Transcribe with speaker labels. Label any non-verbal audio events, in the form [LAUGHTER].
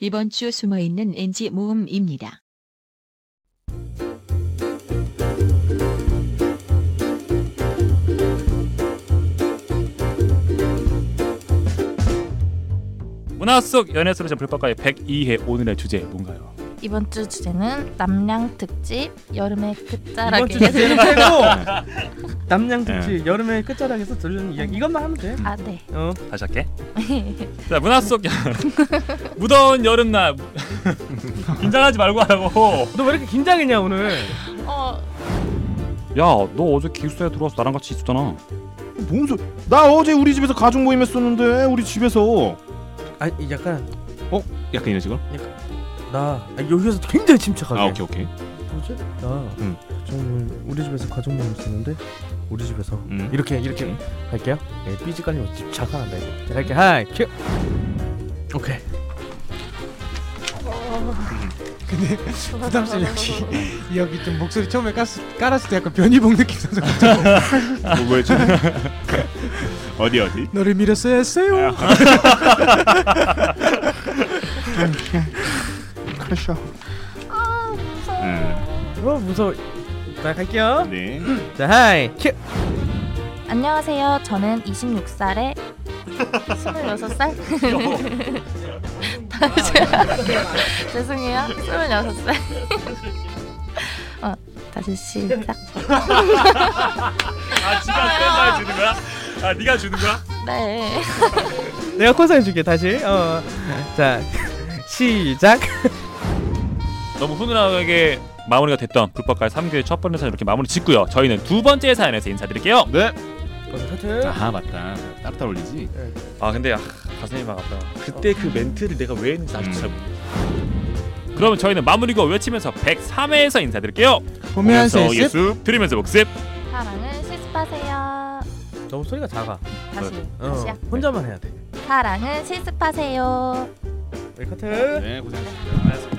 Speaker 1: 이번 주 숨어있는 NG 모음입니다.
Speaker 2: 문화 속 연애 소리전 불법과의 102회 오늘의 주제 뭔가요?
Speaker 3: 이번 주 주제는 남량 특집 여름의
Speaker 4: 이번
Speaker 3: 끝자락에
Speaker 4: 주 주제는 최고 [LAUGHS] 남양
Speaker 5: 예.
Speaker 4: 특집 여름의 끝자락에서 들리는 이야기 이것만 하면 돼.
Speaker 3: 아 네.
Speaker 4: 어
Speaker 2: 다시 할게. 자 문화 속 연... [LAUGHS] 무더운 여름날 [LAUGHS] 긴장하지 말고 하라고.
Speaker 4: 너 왜 이렇게 긴장했냐 오늘?
Speaker 3: 어
Speaker 2: 야 너 어제 기숙사에 들어와서 나랑 같이 있었잖아.
Speaker 5: 뭔 소? 나 어제 우리 집에서 가족 모임 했었는데 우리 집에서
Speaker 4: 아 약간
Speaker 5: 약간 이런 식으로.
Speaker 4: 나 아, 여기서 굉장히 침착하게.
Speaker 5: 아 오케이 오케이. 음.
Speaker 4: 뭐지? 나
Speaker 5: 응.
Speaker 4: 정말 우리 집에서 가족 모임 있었는데 우리 집에서
Speaker 5: 음.
Speaker 4: 이렇게 이렇게
Speaker 5: 음.
Speaker 4: 할게요. 예, 삐지 깔리면 집 착한다 이거. 자, 이렇게 하이 큐. 오케이.
Speaker 6: 부담스러워 역시 이 여기 좀 목소리 처음에 깠, 깔았을 때 약간 변이봉 느낌 나서 갑자기
Speaker 5: 뭐 했지? [LAUGHS] 어디 어디?
Speaker 6: 너를 밀었어야 했어요 [LAUGHS] 그렇죠
Speaker 3: 아,
Speaker 5: 음.
Speaker 4: 어 무서워. 나 갈게요.
Speaker 5: 네.
Speaker 4: 자 하이 큐.
Speaker 3: 안녕하세요. 저는 26살에
Speaker 4: [LAUGHS]
Speaker 3: 26살 다시 [LAUGHS] 죄송해요. 26살 [LAUGHS] 어 다시 시작.
Speaker 2: 아 지가 쌤말 주는 거야? 아 네가 주는 거야?
Speaker 3: 네.
Speaker 4: 내가 콘서트 줄게 다시. 어.
Speaker 5: 네.
Speaker 4: 자 [LAUGHS] 시작.
Speaker 2: 너무 훈훈하게 마무리가 됐던 불법과의 3교의 첫 번째 사연 이렇게 마무리 짓고요. 저희는 두 번째 사연에서 인사드릴게요.
Speaker 5: 네.
Speaker 4: 어서 타트.
Speaker 5: 아 맞다. 따로따로 올리지.
Speaker 2: 아 근데 아, 가슴이 막 아파.
Speaker 7: 그때 그 멘트를 내가 왜 했는지
Speaker 5: 음.
Speaker 7: 아직도 잘 모르겠어.
Speaker 2: 음. 그러면 저희는 마무리고 외치면서 103회에서 인사드릴게요.
Speaker 6: 보면서 예습
Speaker 5: 어, 예습.
Speaker 2: 들으면서 복습.
Speaker 3: 사랑을 실습하세요.
Speaker 4: 너무 소리가 작아.
Speaker 3: 다시
Speaker 4: 어,
Speaker 3: 다시요.
Speaker 4: 혼자만 해야 돼.
Speaker 3: 사랑을 실습하세요.
Speaker 4: 네, 커트.
Speaker 5: 네 고생하셨습니다.